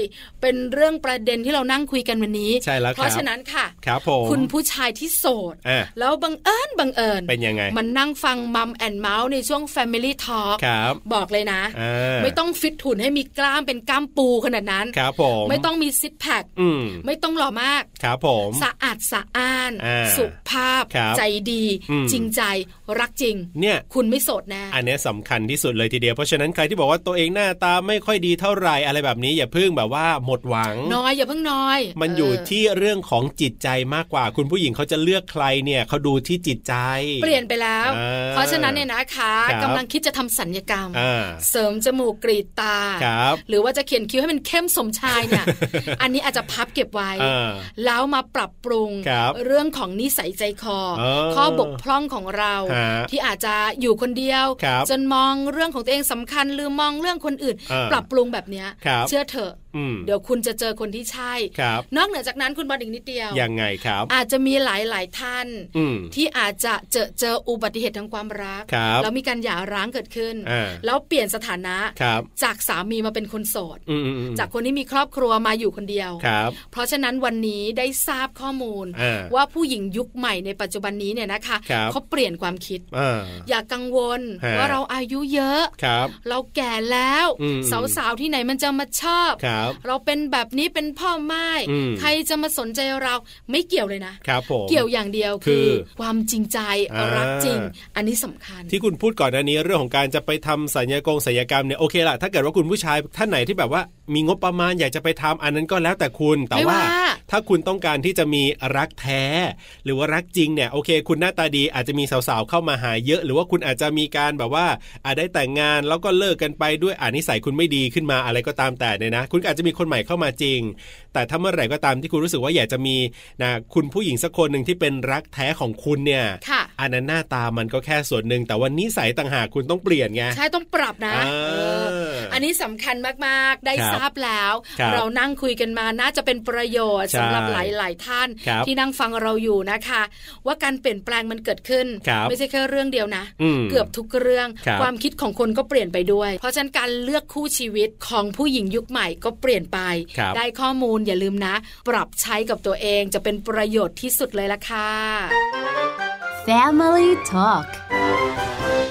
Speaker 1: เป็นเรื่องประเด็นที่เรานั่งคุยกันวันนี้
Speaker 2: ใช่แล้ว
Speaker 1: เพ
Speaker 2: ครั
Speaker 1: ราะฉะนั้นค่ะ
Speaker 2: ครับผม
Speaker 1: คุณผู้ชายที่โสด
Speaker 2: อ่ะ
Speaker 1: แล้วบังเอิญบังเอิญ
Speaker 2: เป็นยังไง
Speaker 1: มันนั่งฟังมัมแอนเมาส์ในช่วง Family Talk
Speaker 2: ครับ
Speaker 1: บอกเลยนะ
Speaker 2: อ่า
Speaker 1: ไม่ต้องฟิตหุ่นให้มีกล้ามเป็นกล้ามปูขนาดนั้น
Speaker 2: ครับผม
Speaker 1: ไม่ต้องมีซิทแพค
Speaker 2: อืม
Speaker 1: ไม่ต้องหล่อมาก
Speaker 2: ครับผม
Speaker 1: สะอาดสะอ้าน
Speaker 2: อ่า
Speaker 1: สุภาพ
Speaker 2: ครับ
Speaker 1: ใจดี
Speaker 2: อืม
Speaker 1: จริงใจรักจริง
Speaker 2: เนี่ย
Speaker 1: คุณไม่โสดแน่
Speaker 2: อันเนี้ยสำคัญที่สุดเลยทีเดียวเพราะฉะนั้นใครที่บอกว่าตัวเองหน้าตาไม่ค่อยดีเท่าไหร่อะไรแบบนี้อย่าเพิ่งแบบว่าหมดหวัง
Speaker 1: น้อยอย่าเพิ่งน้อย
Speaker 2: มันอยู่
Speaker 1: เ
Speaker 2: ที่เรื่องของจิตใจมากกว่า คุณผู้หญิงเขาจะเลือกใครเนี่ยเขาดูที่จิตใจ
Speaker 1: เปลี่ยนไปแล้ว
Speaker 2: อ่า
Speaker 1: เพราะฉะนั้นเนี่ยนะคะ
Speaker 2: ครับ
Speaker 1: กำลังคิดจะทำสัญญกรรม
Speaker 2: อ่า
Speaker 1: เสริมจมูกกรีดตา
Speaker 2: ครับ
Speaker 1: หรือว่าจะเขียนคิ้วให้มันเข้มสมชาย
Speaker 2: <laughs>
Speaker 1: เนี่ย อันนี้อาจจะพับเก็บไว้
Speaker 2: อ่า
Speaker 1: แล้วมาปรับปรุง
Speaker 2: ครับ
Speaker 1: เรื่องของนิสัยใจคอ
Speaker 2: เออ
Speaker 1: ข้อบกพร่องของเรา
Speaker 2: ฮะ
Speaker 1: ที่อาจจะอยู่คนเดียว
Speaker 2: ครับ
Speaker 1: จนมองเรื่องของตัวเองสำคัญลืมมองเรื่องคนอื่น
Speaker 2: เออ
Speaker 1: ปรับปรุงแบบเนี้ย
Speaker 2: ครับ
Speaker 1: เชื่อเถอะ
Speaker 2: อืม
Speaker 1: เดี๋ยวคุณจะเจอคนที่ใช่
Speaker 2: ครับ
Speaker 1: นอกเหนือจากนั้นคุณบอลอีกนิดเดียว
Speaker 2: ยังไงครับ
Speaker 1: อาจจะมีหลาย ๆ ท่าน
Speaker 2: อืม
Speaker 1: ที่อาจจะเจอเจออุบัติเหตุทางความรัก
Speaker 2: ครับ
Speaker 1: แล้วมีการหย่าร้างเกิดขึ้น
Speaker 2: อ่า
Speaker 1: แล้วเปลี่ยนสถานะครับ จากสามีมาเป็นคนโสด
Speaker 2: อืมอืมอืม
Speaker 1: จากคนที่มีครอบครัวมาอยู่คนเดียว
Speaker 2: ครับ
Speaker 1: เพราะฉะนั้นวันนี้ได้ทราบข้อมูล
Speaker 2: อ่า
Speaker 1: ว่าผู้หญิงยุคใหม่ในปัจจุบันนี้เนี่ยนะคะ
Speaker 2: ครับ
Speaker 1: เขาเปลี่ยนความคิด
Speaker 2: อ่า
Speaker 1: อย่ากกังวล
Speaker 2: ฮะ
Speaker 1: ว่าเราอายุเยอะ
Speaker 2: ครับ
Speaker 1: เราแก่แล้ว
Speaker 2: อืม
Speaker 1: สาวๆที่ไหนมันจะมาชอบ
Speaker 2: ครับ
Speaker 1: เราเป็นแบบนี้เป็นพ่อไม้
Speaker 2: อืม
Speaker 1: ใครจะมาสนใจเราไม่เกี่ยวเลยนะ
Speaker 2: ครับผม
Speaker 1: เกี่ยวอย่างเดียว
Speaker 2: คื
Speaker 1: คือ อความจริงใจ
Speaker 2: อ่า
Speaker 1: รักจริง อันนี้สำคัญ
Speaker 2: ที่คุณพูดก่อนอันนี้เรื่องของการจะไปทำสัญญกงสัญญกรรมเนี่ยโอเคละถ้าเกิดว่าคุณผู้ชายท่านไหนที่แบบว่า มีงบประมาณอยากจะไปทำอันนั้นก็แล้วแต่คุณแต่
Speaker 1: ไม่
Speaker 2: ว่า
Speaker 1: ว่า
Speaker 2: ถ้าคุณต้องการที่จะมีรักแท้ หรือว่ารักจริงเนี่ยโอเค คุณหน้าตาดีอาจจะมีสาวๆเข้ามาหาเยอะ หรือว่าคุณอาจจะมีการแบบว่าอาจได้แต่งงานแล้วก็เลิกกันไปด้วยอานิสัยคุณไม่ดีขึ้นมาอะไรก็ตามแต่เนี่ยนะ คุณก็อาจจะมีคนใหม่เข้ามาจริง แต่ถ้าเมื่อไหร่ก็ตามที่คุณรู้สึกว่าอยากจะมีนะคุณผู้หญิงสักคนหนึ่งที่เป็นรักแท้ของคุณเนี่ย
Speaker 1: ค่ะ
Speaker 2: อันนั้นหน้าตามันก็แค่ส่วนหนึ่งแต่ว่านิสัยต่างหากคุณต้องเปลี่ยนไง
Speaker 1: ใช่ต้องปรับนะ
Speaker 2: อ่า
Speaker 1: เอออันนี้สำคัญมากๆ ได้
Speaker 2: ครับ
Speaker 1: ทราบแล้ว
Speaker 2: ครับ
Speaker 1: เรานั่งคุยกันมาน่าจะเป็นประโยชน์
Speaker 2: ใช่
Speaker 1: สำหรับหลายๆท่าน
Speaker 2: ครับ
Speaker 1: ที่นั่งฟังเราอยู่นะคะ ว่าการเปลี่ยนแปลงมันเกิดขึ้น
Speaker 2: ครับ
Speaker 1: ไม่ใช่แค่เรื่องเดียวนะ
Speaker 2: อืม
Speaker 1: เกือบทุกเรื่อง
Speaker 2: ครับ
Speaker 1: ความคิดของคนก็เปลี่ยนไปด้วย เพราะฉะนั้นการเลือกคู่ชีวิตของผู้หญิงยุคใหม่ก็เปลี่ยนไป
Speaker 2: ครับ
Speaker 1: ได้ข้อมูลอย่าลืมนะ ปรับใช้กับตัวเองจะเป็นประโยชน์ที่สุดเลยละค่ะ
Speaker 4: Family Talk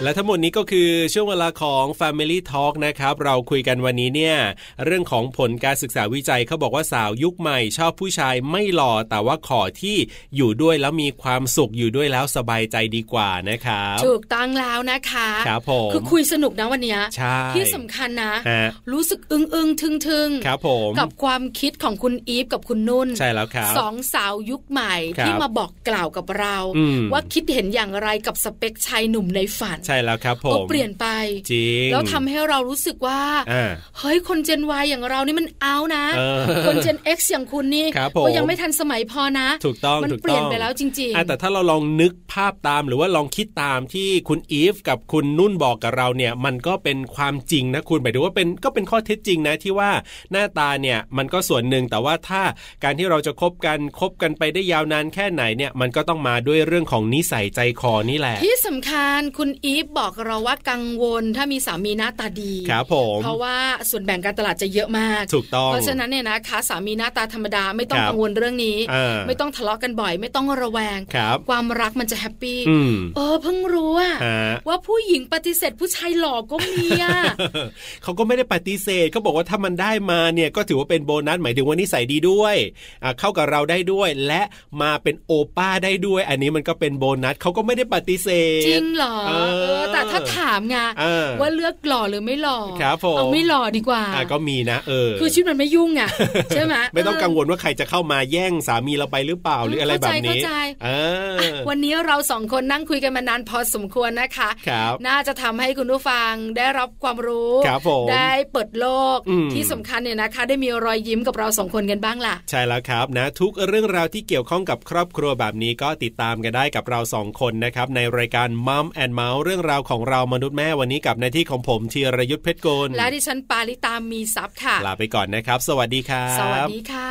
Speaker 2: และทั้งหมดนี้ก็คือช่วงเวลาของ Family Talk นะครับ เราคุยกันวันนี้เนี่ย เรื่องของผลการศึกษาวิจัยเขาบอกว่าสาวยุคใหม่ ชอบผู้ชายไม่หล่อแต่ว่าขอที่อยู่ด้วยแล้วมีความสุขอยู่ด้วยแล้วสบายใจดีกว่านะครับ
Speaker 1: ถูกต้องแล้วนะคะ
Speaker 2: ครับผม
Speaker 1: คือคุยสนุกนะวันเนี้ย
Speaker 2: ใช่
Speaker 1: ที่สำคัญนะ
Speaker 2: ฮะ
Speaker 1: รู้สึกอึ้งอึ้งทึ่งทึ่งๆ
Speaker 2: ครับผม
Speaker 1: กับความคิดของคุณอีฟกับคุณนุ่น
Speaker 2: ใช่แล้วครับ
Speaker 1: สองสาวยุคใหม่
Speaker 2: ครับ
Speaker 1: ที่มาบอกกล่าวกับเรา
Speaker 2: อืม
Speaker 1: ว่าคิดเห็นอย่างไรกับสเปคชายหนุ่มในฝัน
Speaker 2: ใช่แล้วครับผ
Speaker 1: ก็
Speaker 2: ม
Speaker 1: เปลี่ยนไป
Speaker 2: จริง
Speaker 1: แล้วทำให้เรารู้สึกว่า
Speaker 2: อ่า
Speaker 1: เฮ้ยคนเจน Y อย่างเรานี่มันเอานะ
Speaker 2: เออ
Speaker 1: คนเจน X อย่างคุณนี่
Speaker 2: ครับผม
Speaker 1: ก็ยังไม่ทันสมัยพอนะ
Speaker 2: ถูกต้อง
Speaker 1: มัน
Speaker 2: ถูก
Speaker 1: เป
Speaker 2: ต้อง
Speaker 1: ลี่ยนไปแล้วจริง
Speaker 2: อ่ะแต่ถ้าเราลองนึกภาพตามหรือว่าลองคิดตามที่คุณอีฟกับคุณนุ่นบอกกับเราเนี่ย มันก็เป็นความจริงนะคุณหมายถึงว่าเป็นก็เป็นข้อเท็จจริงนะที่ว่าหน้าตาเนี่ยมันก็ส่วนหนึ่งแต่ว่าถ้าการที่เราจะคบกันคบกันไปได้ยาวนานแค่ไหนเนี่ยมันก็ต้องมาด้วยเรื่องของนิสัยใจคอนี่แหละ
Speaker 1: ที่สำคัญคุณอีฟบอกเราว่ากังวลถ้ามีสามีหน้าตาดี
Speaker 2: ครับผม
Speaker 1: เพราะว่าส่วนแบ่งการตลาดจะเยอะมาก
Speaker 2: ถูกต้อง
Speaker 1: เพราะฉะนั้นเนี่ยนะคะสามีหน้าตาธรรมดาไม่ต้อง
Speaker 2: ครับ
Speaker 1: กังวลเรื่องนี้
Speaker 2: เออ
Speaker 1: ไม่ต้องทะเลาะกันบ่อย ไม่ต้องระแวง
Speaker 2: ครับ
Speaker 1: ความรักมันจะแฮปปี้
Speaker 2: อืม
Speaker 1: เออเพิ่งรู้อะ
Speaker 2: ฮะ
Speaker 1: ว่าผู้หญิงปฏิเสธผู้ชายหลอกก็มีอะ
Speaker 2: <laughs> เขาก็ไม่ได้ปฏิเสธเขาบอกว่าถ้ามันได้มาเนี่ยก็ถือว่าเป็นโบนัสหมายถึงว่านิสัยดีด้วยอ่ะเข้ากับเราได้ด้วย และมาเป็นโอป้าได้ด้วย อันนี้มันก็เป็นโบนัสเขาก็ไม่ได้ปฏิเสธ
Speaker 1: จริงเหรอ
Speaker 2: เออ
Speaker 1: เออแต่ถ้าถามไง
Speaker 2: เออ
Speaker 1: ว่าเลือกหล่อหรือไม่หล่อ
Speaker 2: ครับผม
Speaker 1: เอาไม่หล่อดีกว่า
Speaker 2: อ่ะก็มีนะเออ
Speaker 1: คือชีวิตมันไม่ยุ่ง
Speaker 2: <laughs>
Speaker 1: อะใช่ไหม
Speaker 2: ไม่ต้อง
Speaker 1: เ
Speaker 2: กังวลว่าใครจะเข้ามาแย่งสามีเราไปหรือเปล่าหรืออะไรแบบนี้
Speaker 1: เข้าใจเข้าใจ
Speaker 2: เออ
Speaker 1: อ่ะ
Speaker 2: อ
Speaker 1: วันนี้เราสองคนนั่งคุยกันมานานพอสมควรนะคะ
Speaker 2: ครับ
Speaker 1: น่าจะทำให้คุณผู้ฟังได้รับความรู้
Speaker 2: ครับผม
Speaker 1: ได้เปิดโลก
Speaker 2: อืม
Speaker 1: ที่สำคัญเนี่ยนะคะ ได้มีรอยยิ้มกับเราสองคนกันบ้างล่ะ
Speaker 2: ใช่แล้วครับนะทุกเรื่องราวที่เกี่ยวข้องกับครอบครัวแบบนี้ก็ติดตามกันได้กับเราสองคนนะครับ ในรายการมัมแอนเมาส์เรื่องราวของเรามนุษย์แม่วันนี้กับหน้าที่ของผมธีรยุทธเพชรกุล
Speaker 1: และดิฉันปาริตามีซับค่ะ
Speaker 2: ลาไปก่อนนะครับ สวัสดีครับ
Speaker 1: สวัสดีค่ะ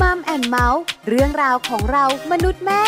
Speaker 4: มัมแอนเมาส์เรื่องราวของเรามนุษย์แม่